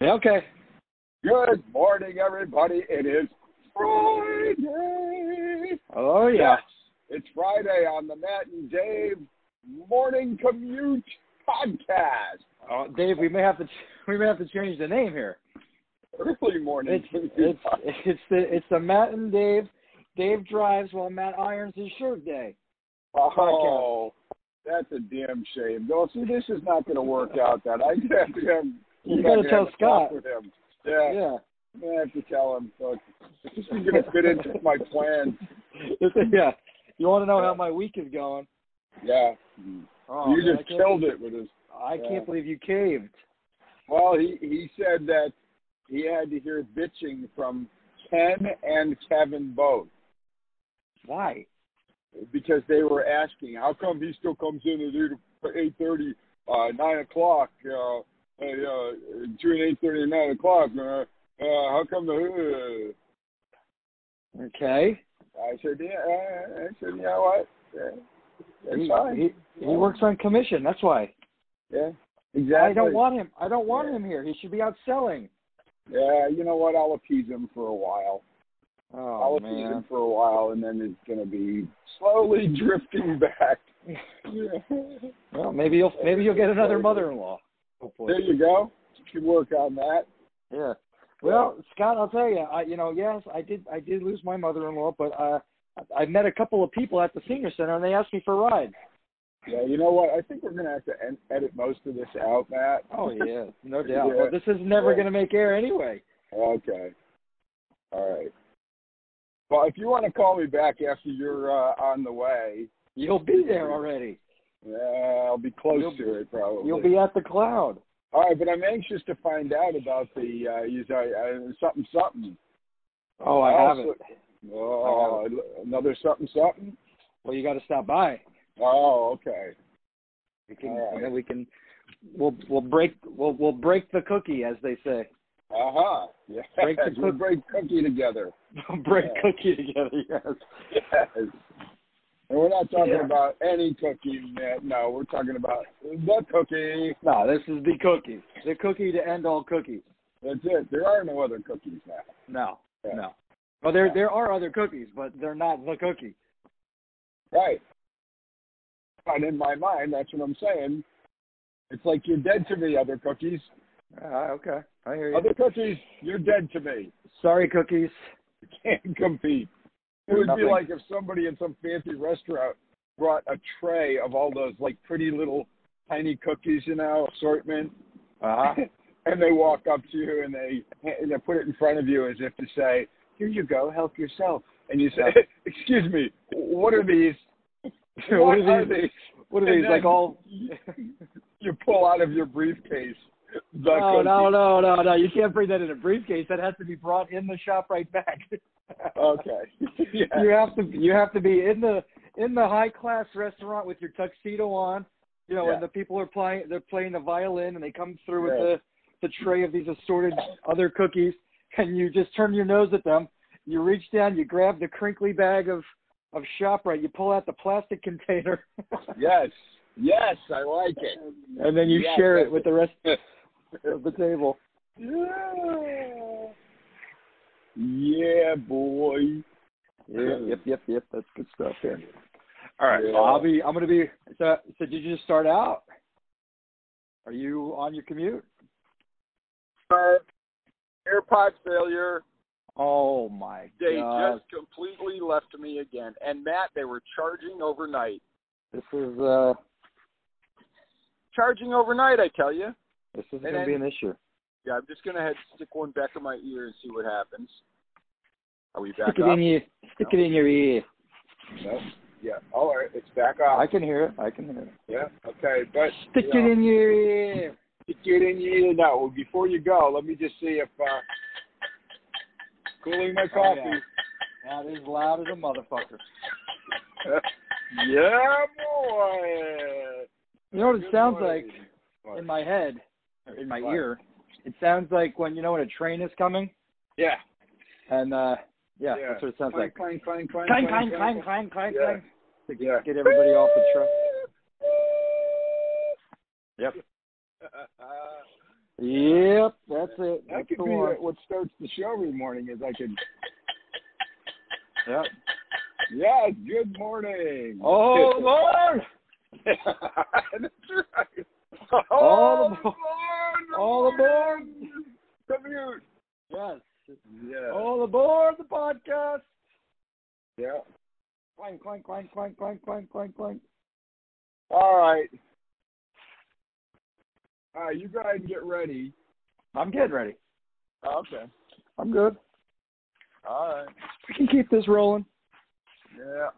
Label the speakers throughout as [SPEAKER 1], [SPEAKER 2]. [SPEAKER 1] Okay. Good morning, everybody. It is Friday.
[SPEAKER 2] Oh yeah.
[SPEAKER 1] It's Friday on the Matt and Dave Morning Commute Podcast.
[SPEAKER 2] Oh, Dave, we may have to ch- we may have to change the name here.
[SPEAKER 1] Early morning
[SPEAKER 2] It's
[SPEAKER 1] commute.
[SPEAKER 2] it's it's the it's the Matt and Dave. Dave drives while Matt irons his shirt day.
[SPEAKER 1] oh, that's a damn shame. No, see, this is not going to work out. That I have to have.
[SPEAKER 2] You gotta
[SPEAKER 1] I have
[SPEAKER 2] tell
[SPEAKER 1] to talk
[SPEAKER 2] Scott.
[SPEAKER 1] With him. Yeah,
[SPEAKER 2] Yeah.
[SPEAKER 1] I have to tell him. So it's just going to fit into my plan.
[SPEAKER 2] yeah. You want to know how my week is going?
[SPEAKER 1] Yeah,
[SPEAKER 2] Oh,
[SPEAKER 1] you
[SPEAKER 2] man,
[SPEAKER 1] just
[SPEAKER 2] I can't,
[SPEAKER 1] killed it with his
[SPEAKER 2] I
[SPEAKER 1] Yeah.
[SPEAKER 2] can't believe you caved.
[SPEAKER 1] Well, he he said that he had to hear bitching from Ken and Kevin both
[SPEAKER 2] Why?
[SPEAKER 1] because they were asking how come he still comes in at eight eight thirty, uh, nine o'clock, uh, uh, uh, between eight thirty and nine o'clock. Uh, uh, how come the? Uh,
[SPEAKER 2] Okay.
[SPEAKER 1] I said, yeah, uh, I said, you know what? Yeah, that's
[SPEAKER 2] he,
[SPEAKER 1] fine.
[SPEAKER 2] he, he
[SPEAKER 1] Yeah.
[SPEAKER 2] works on commission. That's why.
[SPEAKER 1] yeah, exactly.
[SPEAKER 2] I don't want him. I don't want
[SPEAKER 1] Yeah.
[SPEAKER 2] him here. He should be out selling.
[SPEAKER 1] Yeah, you know what? I'll appease him for a while.
[SPEAKER 2] Oh
[SPEAKER 1] I'll appease him
[SPEAKER 2] man.
[SPEAKER 1] for a while, and then it's going to be slowly drifting back. there
[SPEAKER 2] Well, maybe you'll maybe you'll get another mother-in-law. Hopefully.
[SPEAKER 1] you go. You can work on that.
[SPEAKER 2] Yeah. Well, Scott, I'll tell you. I, you know, yes, I did. I did lose my mother-in-law, but uh, I- I met a couple of people at the senior center, and they asked me for a ride.
[SPEAKER 1] Yeah, you know what? I think we're going to have to en- edit most of this out, Matt.
[SPEAKER 2] Oh yeah, no doubt.
[SPEAKER 1] Yeah.
[SPEAKER 2] Well, this is never
[SPEAKER 1] Yeah.
[SPEAKER 2] going to make air anyway.
[SPEAKER 1] Okay. All right. Well, if you want to call me back after you're uh, on the way,
[SPEAKER 2] You'll be there already.
[SPEAKER 1] uh, I'll be close
[SPEAKER 2] You'll-
[SPEAKER 1] to it probably.
[SPEAKER 2] You'll be at the cloud.
[SPEAKER 1] All right, but I'm anxious to find out about the uh, you say, uh, something something.
[SPEAKER 2] Oh, I
[SPEAKER 1] also-
[SPEAKER 2] haven't.
[SPEAKER 1] Oh, another something something.
[SPEAKER 2] Well, you got to stop by.
[SPEAKER 1] Oh, okay.
[SPEAKER 2] We can,
[SPEAKER 1] All right.
[SPEAKER 2] and then we can. We'll we'll break we'll we'll break the cookie, as they say.
[SPEAKER 1] Uh huh. Yes.
[SPEAKER 2] Break the
[SPEAKER 1] We'll
[SPEAKER 2] cook-
[SPEAKER 1] break cookie together.
[SPEAKER 2] break
[SPEAKER 1] Yeah.
[SPEAKER 2] cookie together. Yes.
[SPEAKER 1] Yes. And we're not talking
[SPEAKER 2] Yeah.
[SPEAKER 1] about any cookie, Matt. No, we're talking about the cookie.
[SPEAKER 2] No, this is the cookie. The cookie to end all cookies.
[SPEAKER 1] That's it. There are no other cookies now.
[SPEAKER 2] No,
[SPEAKER 1] Yeah.
[SPEAKER 2] no. Well, there
[SPEAKER 1] Yeah.
[SPEAKER 2] there are other cookies, but they're not the cookie.
[SPEAKER 1] Right. And in my mind, that's what I'm saying. It's like you're dead to me, other cookies.
[SPEAKER 2] okay, I hear
[SPEAKER 1] Other cookies, you're dead to me.
[SPEAKER 2] Sorry, cookies.
[SPEAKER 1] can't compete. It would be
[SPEAKER 2] Nothing.
[SPEAKER 1] like if somebody in some fancy restaurant brought a tray of all those like pretty little tiny cookies, you know, assortment,
[SPEAKER 2] Uh-huh.
[SPEAKER 1] and they walk up to you and they and they put it in front of you as if to say, "Here you go, help yourself." And you say, "Excuse me, what are these?
[SPEAKER 2] what are these?
[SPEAKER 1] these?"
[SPEAKER 2] What are
[SPEAKER 1] And
[SPEAKER 2] these? Like
[SPEAKER 1] then-
[SPEAKER 2] all?
[SPEAKER 1] You pull out of your briefcase. The
[SPEAKER 2] Oh, No,
[SPEAKER 1] cookie.
[SPEAKER 2] no, no, no, no. You can't bring that in a briefcase. That has to be brought in the shop right back. Oh,
[SPEAKER 1] Okay. yeah.
[SPEAKER 2] You have to you have to be in the in the high class restaurant with your tuxedo on. You know,
[SPEAKER 1] Yeah.
[SPEAKER 2] and the people are playing they're playing the violin and they come through with
[SPEAKER 1] Yeah.
[SPEAKER 2] the the tray of these assorted other cookies and you just turn your nose at them. You reach down, you grab the crinkly bag of of ShopRite, you pull out the plastic container
[SPEAKER 1] Yes. Yes, I like it.
[SPEAKER 2] and then you
[SPEAKER 1] Yes,
[SPEAKER 2] share
[SPEAKER 1] that's
[SPEAKER 2] it with the rest of the table.
[SPEAKER 1] Yeah. Yeah, boy.
[SPEAKER 2] Yep, yep, yep, yep. That's good stuff here.
[SPEAKER 1] All
[SPEAKER 2] All right, so I'll be. I'm gonna be. So, so did you just start out? Are you on your commute?
[SPEAKER 1] AirPod failure.
[SPEAKER 2] Oh my
[SPEAKER 1] They
[SPEAKER 2] god!
[SPEAKER 1] just completely left me again. And Matt, they were charging overnight.
[SPEAKER 2] This is uh,
[SPEAKER 1] Charging overnight, I tell you.
[SPEAKER 2] this is
[SPEAKER 1] And
[SPEAKER 2] gonna be an issue.
[SPEAKER 1] Yeah, I'm just gonna head stick one back in my ear and see what happens. Are we back
[SPEAKER 2] Stick it
[SPEAKER 1] up?
[SPEAKER 2] in your, stick it in your ear.
[SPEAKER 1] No. Yeah. All right, it's back
[SPEAKER 2] I
[SPEAKER 1] up.
[SPEAKER 2] can hear it. I can hear it.
[SPEAKER 1] Yeah. Okay, but
[SPEAKER 2] Stick
[SPEAKER 1] you know,
[SPEAKER 2] it in your ear.
[SPEAKER 1] Stick it in your ear now. Well, before you go, let me just see if uh, cooling my
[SPEAKER 2] Oh,
[SPEAKER 1] coffee.
[SPEAKER 2] yeah. That is loud as a motherfucker.
[SPEAKER 1] yeah, boy.
[SPEAKER 2] You know what it
[SPEAKER 1] Good
[SPEAKER 2] sounds
[SPEAKER 1] morning.
[SPEAKER 2] like in my head, or in my
[SPEAKER 1] What?
[SPEAKER 2] ear? It sounds like when you know when a train is coming,
[SPEAKER 1] yeah.
[SPEAKER 2] and uh, yeah,
[SPEAKER 1] Yeah.
[SPEAKER 2] that's what it sounds like.
[SPEAKER 1] Clang, clang, clang,
[SPEAKER 2] Clang, clang, clang, clang, clang,
[SPEAKER 1] Yeah.
[SPEAKER 2] clang. To
[SPEAKER 1] Yeah.
[SPEAKER 2] get everybody off the
[SPEAKER 1] Uh,
[SPEAKER 2] truck. Yep. Yep, that's it.
[SPEAKER 1] That
[SPEAKER 2] That's
[SPEAKER 1] could
[SPEAKER 2] the
[SPEAKER 1] be uh,
[SPEAKER 2] one.
[SPEAKER 1] what starts the show every morning. Is I could.
[SPEAKER 2] Yep.
[SPEAKER 1] Yeah. Good morning.
[SPEAKER 2] Oh Lord!
[SPEAKER 1] That's right.
[SPEAKER 2] All
[SPEAKER 1] aboard!
[SPEAKER 2] aboard. All aboard.
[SPEAKER 1] Commute.
[SPEAKER 2] Yes.
[SPEAKER 1] Yeah.
[SPEAKER 2] All aboard the podcast.
[SPEAKER 1] Yeah.
[SPEAKER 2] Clank, clank, clank, clank, clank, clank, clank, clank.
[SPEAKER 1] All right. All right. You go ahead and get ready.
[SPEAKER 2] I'm getting ready. Oh,
[SPEAKER 1] Okay.
[SPEAKER 2] I'm good.
[SPEAKER 1] All right.
[SPEAKER 2] We can keep this rolling.
[SPEAKER 1] Yeah.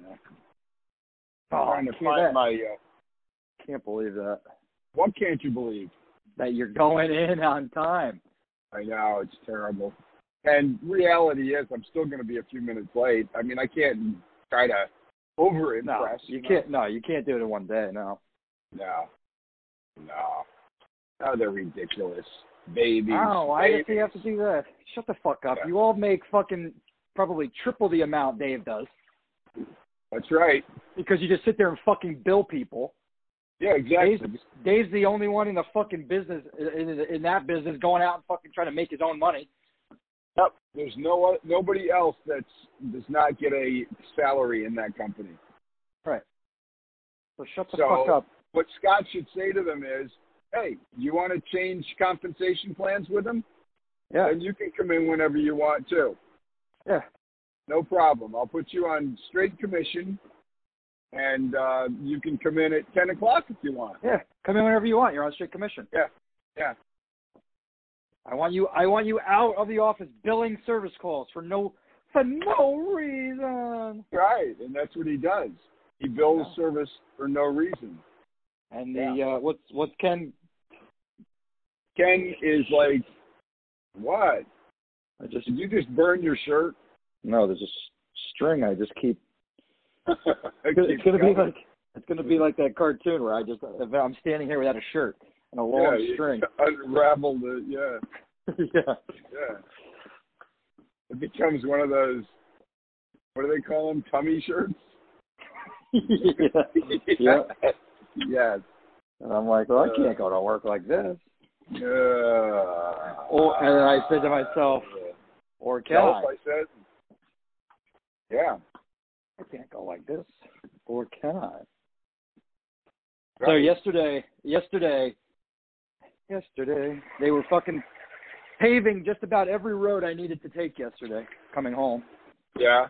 [SPEAKER 1] yeah.
[SPEAKER 2] Oh, I
[SPEAKER 1] Trying to
[SPEAKER 2] can't,
[SPEAKER 1] find
[SPEAKER 2] that-
[SPEAKER 1] my. Uh,
[SPEAKER 2] can't believe that.
[SPEAKER 1] what can't you believe?
[SPEAKER 2] That you're going in on time.
[SPEAKER 1] I know it's terrible. And reality is, I'm still going to be a few minutes late. I mean, I can't try to over
[SPEAKER 2] No,
[SPEAKER 1] impress.
[SPEAKER 2] you can't. No, you can't do it in one day. No.
[SPEAKER 1] No, no. Oh, they're ridiculous, babies.
[SPEAKER 2] Oh, why does
[SPEAKER 1] babies.
[SPEAKER 2] he have to do that? Shut the fuck up.
[SPEAKER 1] Yeah.
[SPEAKER 2] You all make fucking probably triple the amount Dave does
[SPEAKER 1] That's right.
[SPEAKER 2] because you just sit there and fucking bill people.
[SPEAKER 1] Yeah, exactly.
[SPEAKER 2] Dave's, Dave's the only one in the fucking business in, in that business going out and fucking trying to make his own money.
[SPEAKER 1] Yep. There's no nobody else that's does not get a salary in that company.
[SPEAKER 2] So shut the
[SPEAKER 1] So-
[SPEAKER 2] fuck up.
[SPEAKER 1] What Scott should say to them is, "Hey, you want to change compensation plans with them?
[SPEAKER 2] Yeah,
[SPEAKER 1] And you can come in whenever you want to.
[SPEAKER 2] yeah.
[SPEAKER 1] No problem. I'll put you on straight commission, and uh, you can come in at ten o'clock if you want.
[SPEAKER 2] Yeah, come in whenever you want. You're on straight commission.
[SPEAKER 1] Yeah, yeah.
[SPEAKER 2] I want you. I want you out of the office billing service calls for no for no reason.
[SPEAKER 1] Right, and that's what he does. He bills
[SPEAKER 2] Yeah.
[SPEAKER 1] service for no reason.
[SPEAKER 2] And the uh, what's what's Ken?
[SPEAKER 1] Ken is like, "What?
[SPEAKER 2] I just
[SPEAKER 1] Did you just burn your shirt?"
[SPEAKER 2] no. There's a s- string. I just keep. It's gonna,
[SPEAKER 1] Keep
[SPEAKER 2] it's gonna be
[SPEAKER 1] going.
[SPEAKER 2] like it's gonna be like that cartoon where I just I'm standing here without a shirt and a long
[SPEAKER 1] yeah,
[SPEAKER 2] string.
[SPEAKER 1] You unravel the yeah,
[SPEAKER 2] yeah.
[SPEAKER 1] yeah. It becomes one of those. What do they call them? Tummy shirts.
[SPEAKER 2] yeah. yeah.
[SPEAKER 1] yes.
[SPEAKER 2] And I'm like, well, I can't go to work like this.
[SPEAKER 1] Uh,
[SPEAKER 2] Or- Oh, and then I said to myself, Or can
[SPEAKER 1] Nope,
[SPEAKER 2] I?
[SPEAKER 1] I said, yeah.
[SPEAKER 2] I can't go like this. Or can I? So
[SPEAKER 1] right.
[SPEAKER 2] yesterday, yesterday, yesterday, they were fucking paving just about every road I needed to take yesterday coming home.
[SPEAKER 1] Yeah.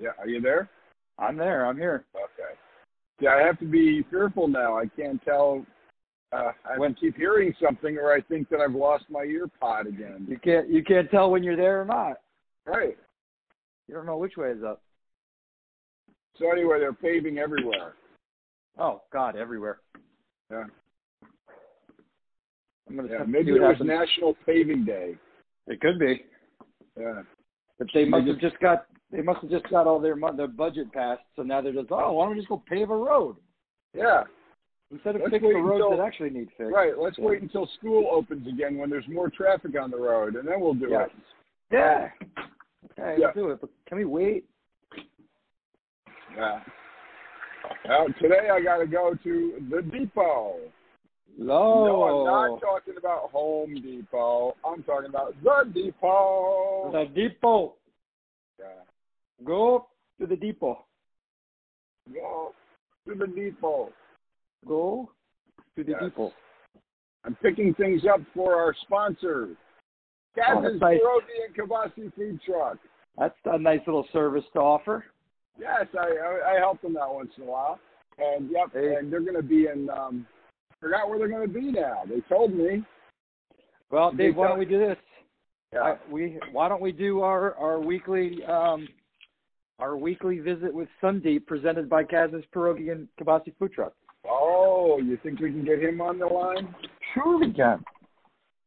[SPEAKER 1] Yeah, are you there?
[SPEAKER 2] I'm there. I'm here.
[SPEAKER 1] Okay. Yeah, I have to be fearful now. I can't tell. Uh, I
[SPEAKER 2] When-
[SPEAKER 1] keep hearing something, or I think that I've lost my ear pod again.
[SPEAKER 2] You can't you can't tell when you're there or not.
[SPEAKER 1] Right.
[SPEAKER 2] You don't know which way is up.
[SPEAKER 1] So anyway, they're paving everywhere.
[SPEAKER 2] Oh God, everywhere.
[SPEAKER 1] Yeah.
[SPEAKER 2] I'm gonna
[SPEAKER 1] Yeah,
[SPEAKER 2] have to
[SPEAKER 1] maybe
[SPEAKER 2] see
[SPEAKER 1] it
[SPEAKER 2] what
[SPEAKER 1] was
[SPEAKER 2] happens.
[SPEAKER 1] National Paving Day.
[SPEAKER 2] It could be,
[SPEAKER 1] Yeah.
[SPEAKER 2] but they
[SPEAKER 1] They
[SPEAKER 2] must have
[SPEAKER 1] just-
[SPEAKER 2] just got they must have just got all their mon- their budget passed. So now they're just oh, why don't we just go pave a road
[SPEAKER 1] Yeah.
[SPEAKER 2] instead of
[SPEAKER 1] Let's
[SPEAKER 2] fix the
[SPEAKER 1] wait
[SPEAKER 2] roads
[SPEAKER 1] until-
[SPEAKER 2] that actually need fixed.
[SPEAKER 1] Right. Let's
[SPEAKER 2] Yeah.
[SPEAKER 1] wait until school opens again when there's more traffic on the road, and then we'll do
[SPEAKER 2] Yes.
[SPEAKER 1] it.
[SPEAKER 2] Yeah. Okay,
[SPEAKER 1] Yeah.
[SPEAKER 2] let's do it. But can we wait?
[SPEAKER 1] Yeah. Well, today I got to go to the depot.
[SPEAKER 2] No.
[SPEAKER 1] No, I'm
[SPEAKER 2] Oh.
[SPEAKER 1] not talking about Home Depot. I'm talking about the depot.
[SPEAKER 2] the depot.
[SPEAKER 1] Yeah.
[SPEAKER 2] Go to the depot.
[SPEAKER 1] Go to the depot.
[SPEAKER 2] Go to the
[SPEAKER 1] Yes.
[SPEAKER 2] depot.
[SPEAKER 1] I'm picking things up for our sponsor, Captain
[SPEAKER 2] Oh, that's nice.
[SPEAKER 1] Pierogi and Kibasi Food Truck.
[SPEAKER 2] That's a nice little service to offer.
[SPEAKER 1] Yes, I, I I help them out once in a while, and yep,
[SPEAKER 2] Hey.
[SPEAKER 1] and they're going to be in. Um, forgot where they're going to be now. They told me.
[SPEAKER 2] Well,
[SPEAKER 1] Did
[SPEAKER 2] Dave,
[SPEAKER 1] they
[SPEAKER 2] why
[SPEAKER 1] tell-
[SPEAKER 2] don't we do this?
[SPEAKER 1] Yeah.
[SPEAKER 2] I, we why don't we do our our weekly um our weekly visit with Sundeep presented by Kaz's Pierogi and Kibasi Food Truck.
[SPEAKER 1] Oh, you think we can get him on the line?
[SPEAKER 2] Sure we can.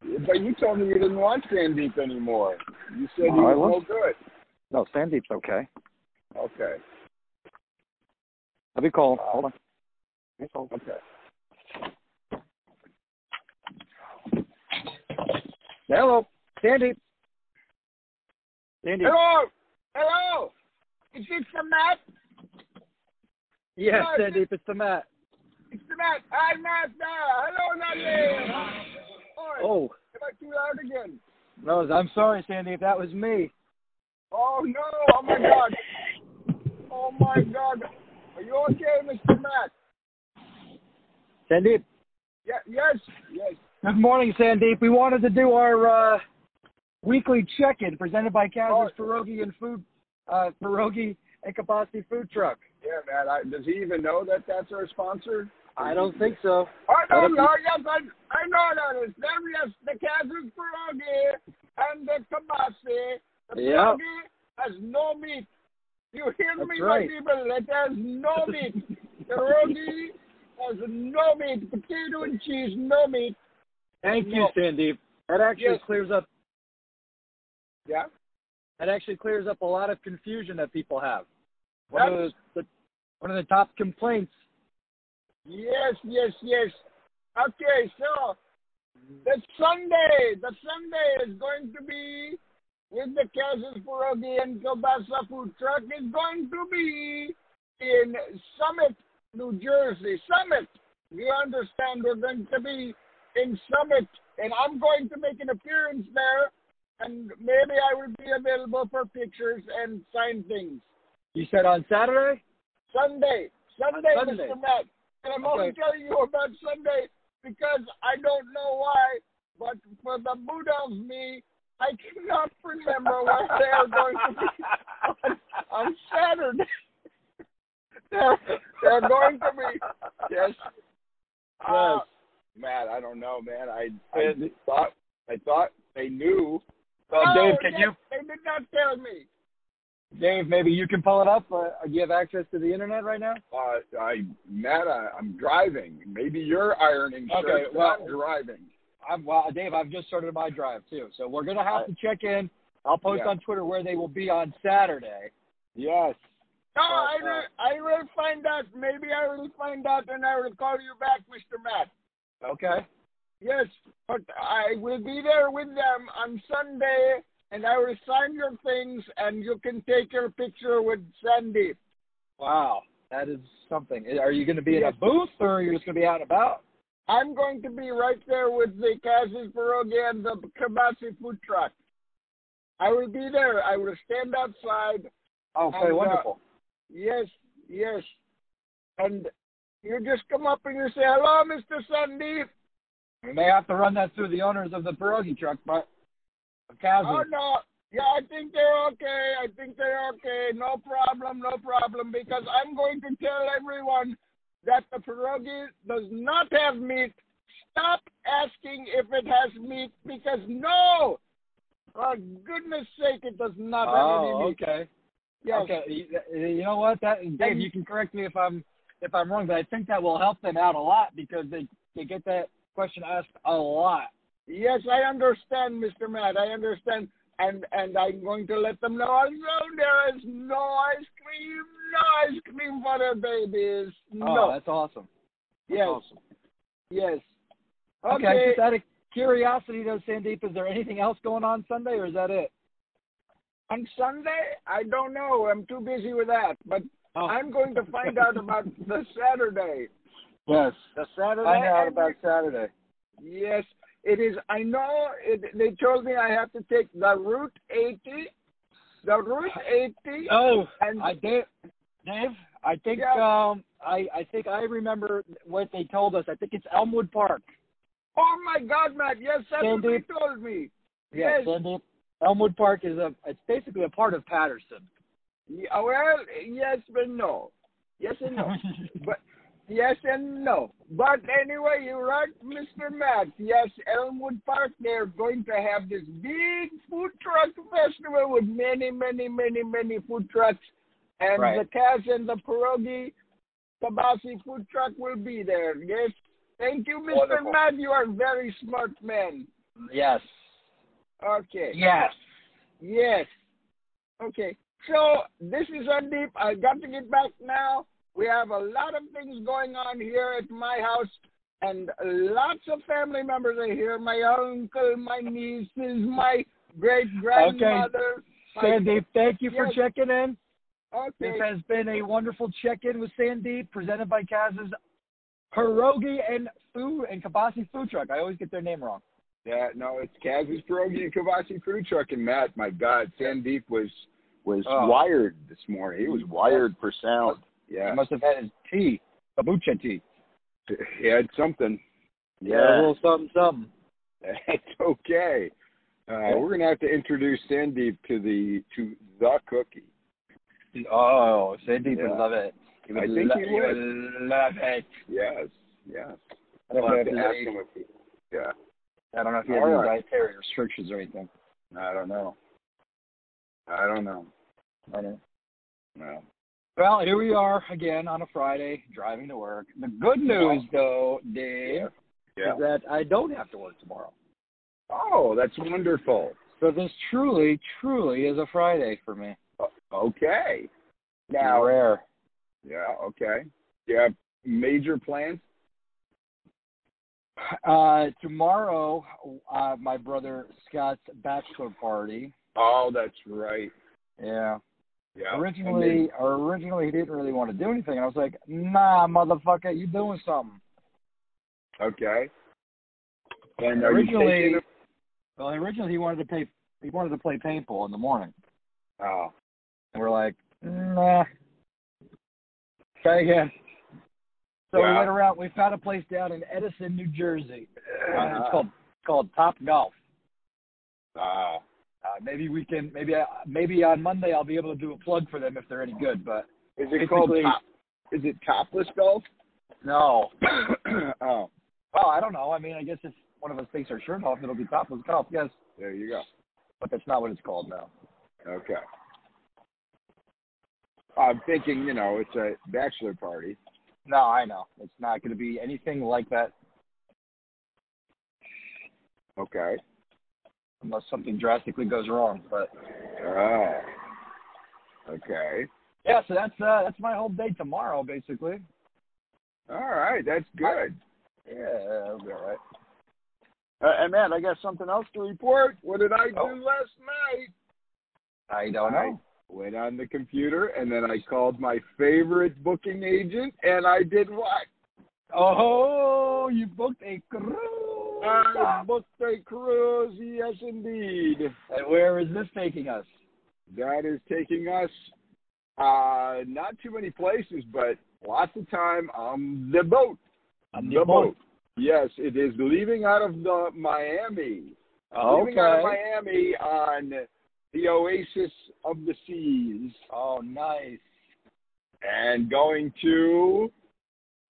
[SPEAKER 1] But you told me you didn't want Sandeep anymore. You said he
[SPEAKER 2] No, I
[SPEAKER 1] was no good.
[SPEAKER 2] No, Sandeep's okay.
[SPEAKER 1] Okay.
[SPEAKER 2] Let me call him. Hold on. Let me call him.
[SPEAKER 1] Okay.
[SPEAKER 2] Hello, Sandeep. Sandeep.
[SPEAKER 1] Hello! Hello! Is this the Matt?
[SPEAKER 2] Yes,
[SPEAKER 1] Hello,
[SPEAKER 2] Sandeep, it's the Matt.
[SPEAKER 1] It's the not. I'm not there. Hello, not there. Oh,
[SPEAKER 2] Oh,
[SPEAKER 1] am I too loud again?
[SPEAKER 2] Rose, I'm sorry, Sandy, if that was me.
[SPEAKER 1] Oh no! Oh my God! Oh my God! Are you okay, Mr. Matt?
[SPEAKER 2] Sandeep.
[SPEAKER 1] Yeah, yes, yes.
[SPEAKER 2] Good morning, Sandeep. We wanted to do our uh, weekly check-in presented by Cas's
[SPEAKER 1] Oh.
[SPEAKER 2] Pierogi and Food uh, Pierogi and Capacity Food Truck.
[SPEAKER 1] Yeah, man. I, does he even know that that's our sponsor?
[SPEAKER 2] I don't think so.
[SPEAKER 1] I don't know. Yes, I, I know that it's them. Yes, the Kansas pierogi and the kibasi. The
[SPEAKER 2] Yeah.
[SPEAKER 1] pierogi has no meat. You hear
[SPEAKER 2] That's
[SPEAKER 1] me,
[SPEAKER 2] right.
[SPEAKER 1] my people? It has no meat. pierogi has no meat. Potato and cheese, no meat.
[SPEAKER 2] Thank you,
[SPEAKER 1] No.
[SPEAKER 2] Sandeep. That actually
[SPEAKER 1] Yes.
[SPEAKER 2] clears up.
[SPEAKER 1] Yeah.
[SPEAKER 2] That actually clears up a lot of confusion that people have. One of
[SPEAKER 1] That's-
[SPEAKER 2] the, the one of the top complaints.
[SPEAKER 1] Yes, yes, yes. Okay, so the Sunday, the Sunday is going to be with the Kansas Pierogi and Kielbasa food truck is going to be in Summit, New Jersey. Summit, you understand? We're going to be in Summit, and I'm going to make an appearance there, and maybe I will be available for pictures and sign things.
[SPEAKER 2] You said on Saturday.
[SPEAKER 1] Sunday. Sunday,
[SPEAKER 2] On Sunday.
[SPEAKER 1] Mr. Matt. And I'm only
[SPEAKER 2] Okay.
[SPEAKER 1] telling you about Sunday because I don't know why, but for the boot of me, I cannot remember where they are going to be on, on Saturday. they're, they're going to be, yes. Uh,
[SPEAKER 2] Yes.
[SPEAKER 1] Matt, I don't know, man. I, I
[SPEAKER 2] And-
[SPEAKER 1] thought I thought they knew.
[SPEAKER 2] So,
[SPEAKER 1] No,
[SPEAKER 2] Dave, can
[SPEAKER 1] yes,
[SPEAKER 2] you
[SPEAKER 1] They did not tell me.
[SPEAKER 2] Dave, maybe you can pull it up. Uh, do you have access to the internet right now?
[SPEAKER 1] Uh, I, Matt, I, I'm driving. Maybe you're ironing shirts.
[SPEAKER 2] Okay,
[SPEAKER 1] but
[SPEAKER 2] well-
[SPEAKER 1] I'm driving.
[SPEAKER 2] I'm well, uh, Dave. I've just started my drive too, so we're gonna have to check in. I'll post
[SPEAKER 1] Yeah.
[SPEAKER 2] on Twitter where they will be on Saturday.
[SPEAKER 1] Yes. No, I
[SPEAKER 2] But, uh,
[SPEAKER 1] will. I will find out. Maybe I will find out, and I will call you back, Mr. Matt.
[SPEAKER 2] Okay.
[SPEAKER 1] Yes, but I will be there with them on Sunday, and I will sign your things, and you can take your picture with Sandy.
[SPEAKER 2] Wow, that is something. Are you gonna be in a
[SPEAKER 1] Yes.
[SPEAKER 2] booth or are you just gonna be out and about?
[SPEAKER 1] I'm going to be right there with the Cassis Pierogi and the Kabasi food truck. I will be there. I will stand outside
[SPEAKER 2] Okay,
[SPEAKER 1] I'm, uh,
[SPEAKER 2] wonderful.
[SPEAKER 1] Yes, yes. And you just come up and you say, hello, Mr. Sandeep.
[SPEAKER 2] we may have to run that through the owners of the pierogi truck, but
[SPEAKER 1] Oh,
[SPEAKER 2] Kazan.
[SPEAKER 1] no. Yeah, I think they're okay. I think they're okay. No problem, no problem. Because I'm going to tell everyone that the pierogi does not have meat. Stop asking if it has meat because no! For goodness sake, it does not have any
[SPEAKER 2] Oh,
[SPEAKER 1] meat.
[SPEAKER 2] okay.
[SPEAKER 1] Yes.
[SPEAKER 2] Okay. You, you know what? That Dave,
[SPEAKER 1] And-
[SPEAKER 2] you can correct me if I'm if I'm wrong, but I think that will help them out a lot because they they get that question asked a lot.
[SPEAKER 1] Yes, I understand, Mr. Matt. I understand. And and I'm going to let them know also there is no ice cream, no ice cream for the babies.
[SPEAKER 2] Oh,
[SPEAKER 1] no.
[SPEAKER 2] that's awesome. That's
[SPEAKER 1] Yes,
[SPEAKER 2] awesome.
[SPEAKER 1] yes.
[SPEAKER 2] Okay.
[SPEAKER 1] Okay.
[SPEAKER 2] Just out of curiosity, though, Sandeep, is there anything else going on Sunday, or is that it?
[SPEAKER 1] On Sunday, I don't know. I'm too busy with that. But
[SPEAKER 2] Oh.
[SPEAKER 1] I'm going to find out about the Saturday.
[SPEAKER 2] Yes.
[SPEAKER 1] The Saturday.
[SPEAKER 2] Find out
[SPEAKER 1] and
[SPEAKER 2] about Saturday.
[SPEAKER 1] Yes, it is. I know. It, they told me I have to take the Route 80, the Route 80,
[SPEAKER 2] Oh,
[SPEAKER 1] and
[SPEAKER 2] I Dave, Dave, I think
[SPEAKER 1] Yeah.
[SPEAKER 2] um, I I think I remember what they told us. I think it's Elmwood Park.
[SPEAKER 1] Oh my God, Matt! Yes, that's what they
[SPEAKER 2] Sandeep.
[SPEAKER 1] told me.
[SPEAKER 2] Yeah,
[SPEAKER 1] Yes.
[SPEAKER 2] Sandeep. Elmwood Park is a it's basically a part of Patterson.
[SPEAKER 1] Yeah, well, yes, but no. Yes and no. but yes and no. But anyway, you're right, Mr. Matt. Yes, Elmwood Park. They're going to have this big food truck festival with many, many, many, many food trucks, and
[SPEAKER 2] Right.
[SPEAKER 1] the Cash and the Pierogi Kabasi food truck will be there. Yes. Thank you, Mr.
[SPEAKER 2] Wonderful.
[SPEAKER 1] Matt. You are a very smart man.
[SPEAKER 2] yes.
[SPEAKER 1] Okay.
[SPEAKER 2] Yes.
[SPEAKER 1] Yes. Okay. So this is Undeep. I got to get back now. We have a lot of things going on here at my house, and lots of family members are here. My uncle, my nieces, my great grandmother.
[SPEAKER 2] Sandeep, thank you for
[SPEAKER 1] Yes.
[SPEAKER 2] checking in.
[SPEAKER 1] Okay.
[SPEAKER 2] This has been a wonderful check-in with Sandeep, presented by Kaz's Pierogi and Food and Kabasi Food Truck. I always get their name wrong.
[SPEAKER 1] Yeah, no, it's Kaz's pierogi and Kobashi food truck. And Matt, my God, Sandeep was was
[SPEAKER 2] Oh.
[SPEAKER 1] wired this morning. He was wired for sound.
[SPEAKER 2] I
[SPEAKER 1] Yeah,
[SPEAKER 2] must have had his tea, kombucha tea.
[SPEAKER 1] he had something.
[SPEAKER 2] a little something, something.
[SPEAKER 1] That's okay. Uh, we're gonna have to introduce Sandeep to the to the cookie.
[SPEAKER 2] Oh, Sandy
[SPEAKER 1] Yeah.
[SPEAKER 2] would love it. He would
[SPEAKER 1] I think
[SPEAKER 2] lo-
[SPEAKER 1] he would.
[SPEAKER 2] would love it.
[SPEAKER 1] Yes, yes.
[SPEAKER 2] I don't
[SPEAKER 1] We'll
[SPEAKER 2] know
[SPEAKER 1] have
[SPEAKER 2] if
[SPEAKER 1] to
[SPEAKER 2] he-
[SPEAKER 1] ask him if he. Yeah,
[SPEAKER 2] I don't know if he has
[SPEAKER 1] All
[SPEAKER 2] any
[SPEAKER 1] right.
[SPEAKER 2] dietary restrictions or anything.
[SPEAKER 1] I don't know. I don't know.
[SPEAKER 2] I don't.
[SPEAKER 1] No.
[SPEAKER 2] Well, here we are again on a Friday, driving to work. The good news, though, Dave,
[SPEAKER 1] Yeah. Yeah.
[SPEAKER 2] Eh? is that I don't have to work tomorrow.
[SPEAKER 1] Oh, that's wonderful.
[SPEAKER 2] So this truly, truly is a Friday for me.
[SPEAKER 1] O- Okay. Now.
[SPEAKER 2] rare.
[SPEAKER 1] Yeah. Okay. Do you have major plans?
[SPEAKER 2] Uh, tomorrow, uh, my brother Scott's bachelor party.
[SPEAKER 1] Oh, that's right.
[SPEAKER 2] Yeah.
[SPEAKER 1] Yeah.
[SPEAKER 2] Originally, originally he didn't really want to do anything, and I was like, "Nah, motherfucker, you doing something."
[SPEAKER 1] Okay. And are you
[SPEAKER 2] originally,
[SPEAKER 1] taking
[SPEAKER 2] well, originally he wanted to play he wanted to play paintball in the morning,
[SPEAKER 1] a-
[SPEAKER 2] Uh,
[SPEAKER 1] oh,
[SPEAKER 2] and we're like, "Nah, try again." So we
[SPEAKER 1] Yeah.
[SPEAKER 2] went around. We found a place down in Edison, New Jersey. Uh,
[SPEAKER 1] Uh-huh.
[SPEAKER 2] It's called called Top Golf.
[SPEAKER 1] ah,
[SPEAKER 2] Uh, maybe we can maybe I, maybe on Monday I'll be able to do a plug for them if they're any good. But
[SPEAKER 1] is it called
[SPEAKER 2] Basically-
[SPEAKER 1] top? Is it topless golf?
[SPEAKER 2] no,
[SPEAKER 1] oh,
[SPEAKER 2] well I don't know. I mean I guess if one of us takes our shirt off, it'll be topless golf. Yes,
[SPEAKER 1] there you go.
[SPEAKER 2] but that's not what it's called now.
[SPEAKER 1] Okay. I'm thinking, you know, it's a bachelor party.
[SPEAKER 2] No, I know it's not going to be anything like that
[SPEAKER 1] Okay.
[SPEAKER 2] unless something drastically goes wrong. But
[SPEAKER 1] Ah. Okay.
[SPEAKER 2] yeah, so that's uh, that's my whole day tomorrow basically.
[SPEAKER 1] All right. That's good.
[SPEAKER 2] Yeah, that'll be all right.
[SPEAKER 1] Uh, and man, I got something else to report. What did I do
[SPEAKER 2] Oh.
[SPEAKER 1] last night?
[SPEAKER 2] I don't
[SPEAKER 1] I
[SPEAKER 2] know.
[SPEAKER 1] Went on the computer and then I called my favorite booking agent and I did what?
[SPEAKER 2] Oh, you booked a cruise.
[SPEAKER 1] Oh, I booked a cruise, yes indeed.
[SPEAKER 2] and where is this taking us?
[SPEAKER 1] That is taking us uh not too many places, but lots of time on the boat.
[SPEAKER 2] On
[SPEAKER 1] the boat. Yes, it is leaving out of the Miami. Uh, Leaving out of
[SPEAKER 2] Okay.
[SPEAKER 1] Miami on the Oasis of the Seas
[SPEAKER 2] Oh, nice.
[SPEAKER 1] and going to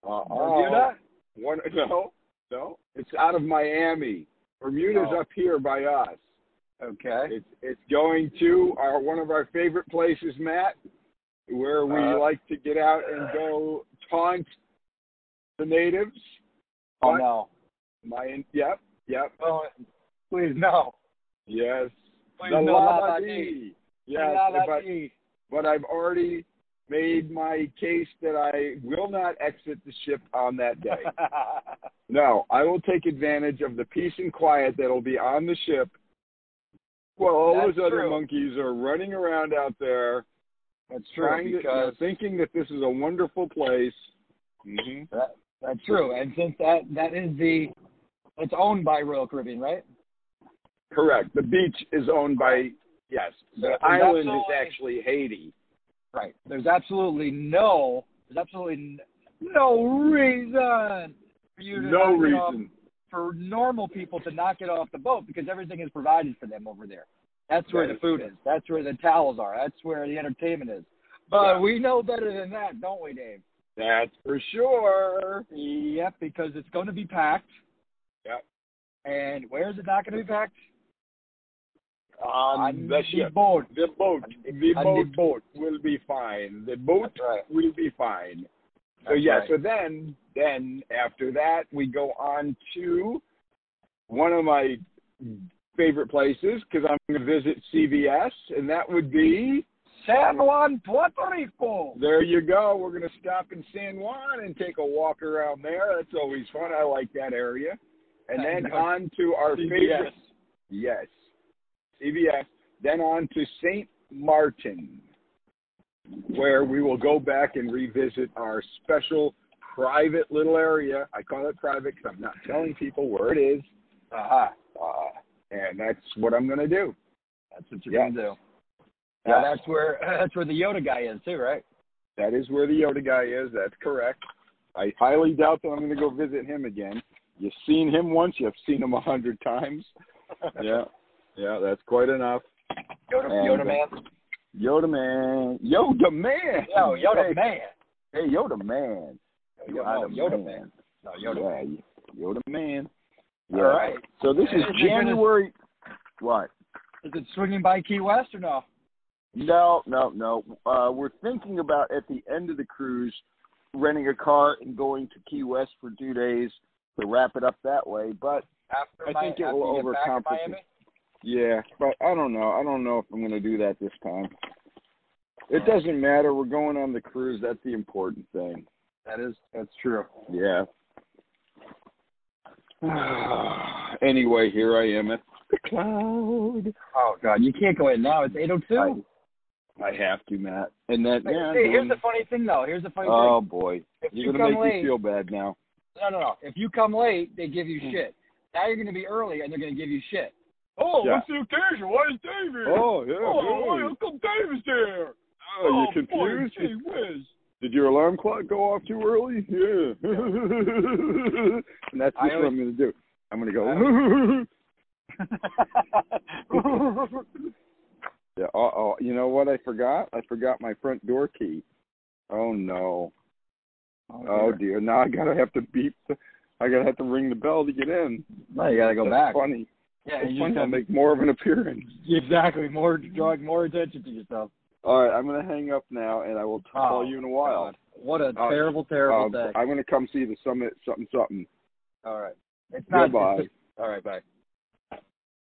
[SPEAKER 1] uh,
[SPEAKER 2] Bermuda?
[SPEAKER 1] One, no, no, it's out of Miami. Bermuda's
[SPEAKER 2] Oh.
[SPEAKER 1] up here by us.
[SPEAKER 2] Okay.
[SPEAKER 1] It's it's going to our one of our favorite places, Matt, where we
[SPEAKER 2] Uh,
[SPEAKER 1] like to get out and go taunt the natives.
[SPEAKER 2] Oh
[SPEAKER 1] What?
[SPEAKER 2] no.
[SPEAKER 1] My yep, yep,
[SPEAKER 2] Oh, please no.
[SPEAKER 1] yes.
[SPEAKER 2] Please
[SPEAKER 1] the
[SPEAKER 2] no
[SPEAKER 1] Lava
[SPEAKER 2] Labadee.
[SPEAKER 1] Dee.
[SPEAKER 2] Please,
[SPEAKER 1] Yes,
[SPEAKER 2] Lava
[SPEAKER 1] but,
[SPEAKER 2] Dee.
[SPEAKER 1] but I've already made my case that I will not exit the ship on that day. No, I will take advantage of the peace and quiet that'll be on the ship while all
[SPEAKER 2] That's
[SPEAKER 1] those other
[SPEAKER 2] true.
[SPEAKER 1] monkeys are running around out there
[SPEAKER 2] That's
[SPEAKER 1] trying
[SPEAKER 2] true
[SPEAKER 1] to,
[SPEAKER 2] because
[SPEAKER 1] thinking that this is a wonderful place. Mm-hmm.
[SPEAKER 2] that, that's true, and since that that is the it's owned by Royal Caribbean, right?
[SPEAKER 1] Correct. The beach is owned by yes. The
[SPEAKER 2] There's
[SPEAKER 1] island is
[SPEAKER 2] absolutely-
[SPEAKER 1] actually Haiti.
[SPEAKER 2] Right. There's absolutely no there's absolutely n- no reason for you to
[SPEAKER 1] No
[SPEAKER 2] not get off-
[SPEAKER 1] reason.
[SPEAKER 2] for normal people to not get off the boat because everything is provided for them over there. That's where
[SPEAKER 1] That
[SPEAKER 2] the
[SPEAKER 1] is
[SPEAKER 2] food
[SPEAKER 1] true.
[SPEAKER 2] is. That's where the towels are. That's where the entertainment is. But
[SPEAKER 1] Yeah.
[SPEAKER 2] we know better than that, don't we, Dave?
[SPEAKER 1] That's for sure.
[SPEAKER 2] Yep, because it's going to be packed.
[SPEAKER 1] Yep.
[SPEAKER 2] And where is it not going to be packed?
[SPEAKER 1] On, the ship.
[SPEAKER 2] boat.
[SPEAKER 1] The boat. The
[SPEAKER 2] On
[SPEAKER 1] boat
[SPEAKER 2] the boat.
[SPEAKER 1] will be fine. The boat
[SPEAKER 2] That's right.
[SPEAKER 1] will be fine. So
[SPEAKER 2] That's
[SPEAKER 1] yeah,
[SPEAKER 2] right.
[SPEAKER 1] so then then after that we go on to one of my favorite places because I'm going to visit CVS, and that would be
[SPEAKER 2] San Juan, Puerto Rico.
[SPEAKER 1] there. You go. We're going to stop in San Juan and take a walk around there. That's always fun. I like that area. And
[SPEAKER 2] I
[SPEAKER 1] then
[SPEAKER 2] know.
[SPEAKER 1] on to our favorite, yes, CVS. Then on to Saint Martin, where we will go back and revisit our special private little area. I call it private because I'm not telling people where it is. Uh-huh. Uh, and that's what I'm going to do.
[SPEAKER 2] That's what you're gonna do. Yeah,
[SPEAKER 1] Yes.
[SPEAKER 2] that's where that's where the Yoda guy is too, right?
[SPEAKER 1] That is where the Yoda guy is. That's correct. I highly doubt that I'm going to go visit him again. You've seen him once. You've seen him a hundred times. Yeah, yeah, that's quite enough.
[SPEAKER 2] Yoda,
[SPEAKER 1] And- uh,
[SPEAKER 2] Yoda man.
[SPEAKER 1] Yoda man, Yoda man.
[SPEAKER 2] Yo, Yoda
[SPEAKER 1] hey,
[SPEAKER 2] man.
[SPEAKER 1] Hey, Yoda man.
[SPEAKER 2] Yo, no, Yoda man. No, Yoda. man.
[SPEAKER 1] Yeah, Yoda man.
[SPEAKER 2] All right.
[SPEAKER 1] So this is
[SPEAKER 2] Is it gonna-
[SPEAKER 1] January. What?
[SPEAKER 2] Is it swinging by Key West or no?
[SPEAKER 1] No, no, no. Uh, we're thinking about at the end of the cruise renting a car and going to Key West for two days to wrap it up that way. But
[SPEAKER 2] After
[SPEAKER 1] I
[SPEAKER 2] Mi-
[SPEAKER 1] think it
[SPEAKER 2] after
[SPEAKER 1] will
[SPEAKER 2] you get back from
[SPEAKER 1] overcomplicate-
[SPEAKER 2] Miami?
[SPEAKER 1] yeah, but I don't know. I don't know if I'm going to do that this time. It doesn't matter. We're going on the cruise. That's the important thing.
[SPEAKER 2] That is that's true.
[SPEAKER 1] Yeah. anyway, here I am at the cloud.
[SPEAKER 2] Oh God, you can't go in now. It's eight oh two.
[SPEAKER 1] I, I have to, Matt. And that.
[SPEAKER 2] Hey,
[SPEAKER 1] yeah, I'm
[SPEAKER 2] hey, here's
[SPEAKER 1] doing-
[SPEAKER 2] the funny thing though. Here's the funny
[SPEAKER 1] oh boy,
[SPEAKER 2] thing. If
[SPEAKER 1] you're
[SPEAKER 2] you
[SPEAKER 1] going to
[SPEAKER 2] come
[SPEAKER 1] make me
[SPEAKER 2] late,
[SPEAKER 1] feel bad now.
[SPEAKER 2] no, no, no. If you come late, they give you
[SPEAKER 1] Hmm.
[SPEAKER 2] shit. Now you're gonna be early, and they're gonna give you shit. Oh,
[SPEAKER 1] Yeah.
[SPEAKER 2] what's the occasion? Why is David?
[SPEAKER 1] Oh yeah. hey.
[SPEAKER 2] Uncle David's there.
[SPEAKER 1] Oh, you confused? Did- Did your alarm clock go off too early? Yeah. and that's just
[SPEAKER 2] I
[SPEAKER 1] what I'm going to do. I'm going to
[SPEAKER 2] I
[SPEAKER 1] go. yeah. Uh oh. You know what? I forgot. I forgot my front door key. Oh no. Oh dear. Now I gotta have to beep. The, I gotta have to ring the bell to get in.
[SPEAKER 2] No, you gotta go back.
[SPEAKER 1] That's Funny.
[SPEAKER 2] Yeah,
[SPEAKER 1] That's
[SPEAKER 2] you
[SPEAKER 1] funny.
[SPEAKER 2] just
[SPEAKER 1] I'll
[SPEAKER 2] gotta-
[SPEAKER 1] make more of an appearance.
[SPEAKER 2] exactly more drawing more attention to yourself.
[SPEAKER 1] All right. I'm gonna hang up now, and I will call you in a while.
[SPEAKER 2] Oh, God. What a
[SPEAKER 1] Oh,
[SPEAKER 2] terrible, terrible
[SPEAKER 1] Uh,
[SPEAKER 2] day.
[SPEAKER 1] I'm gonna come see the summit. Something. Something.
[SPEAKER 2] All right. It's not.
[SPEAKER 1] Goodbye.
[SPEAKER 2] All right. Bye.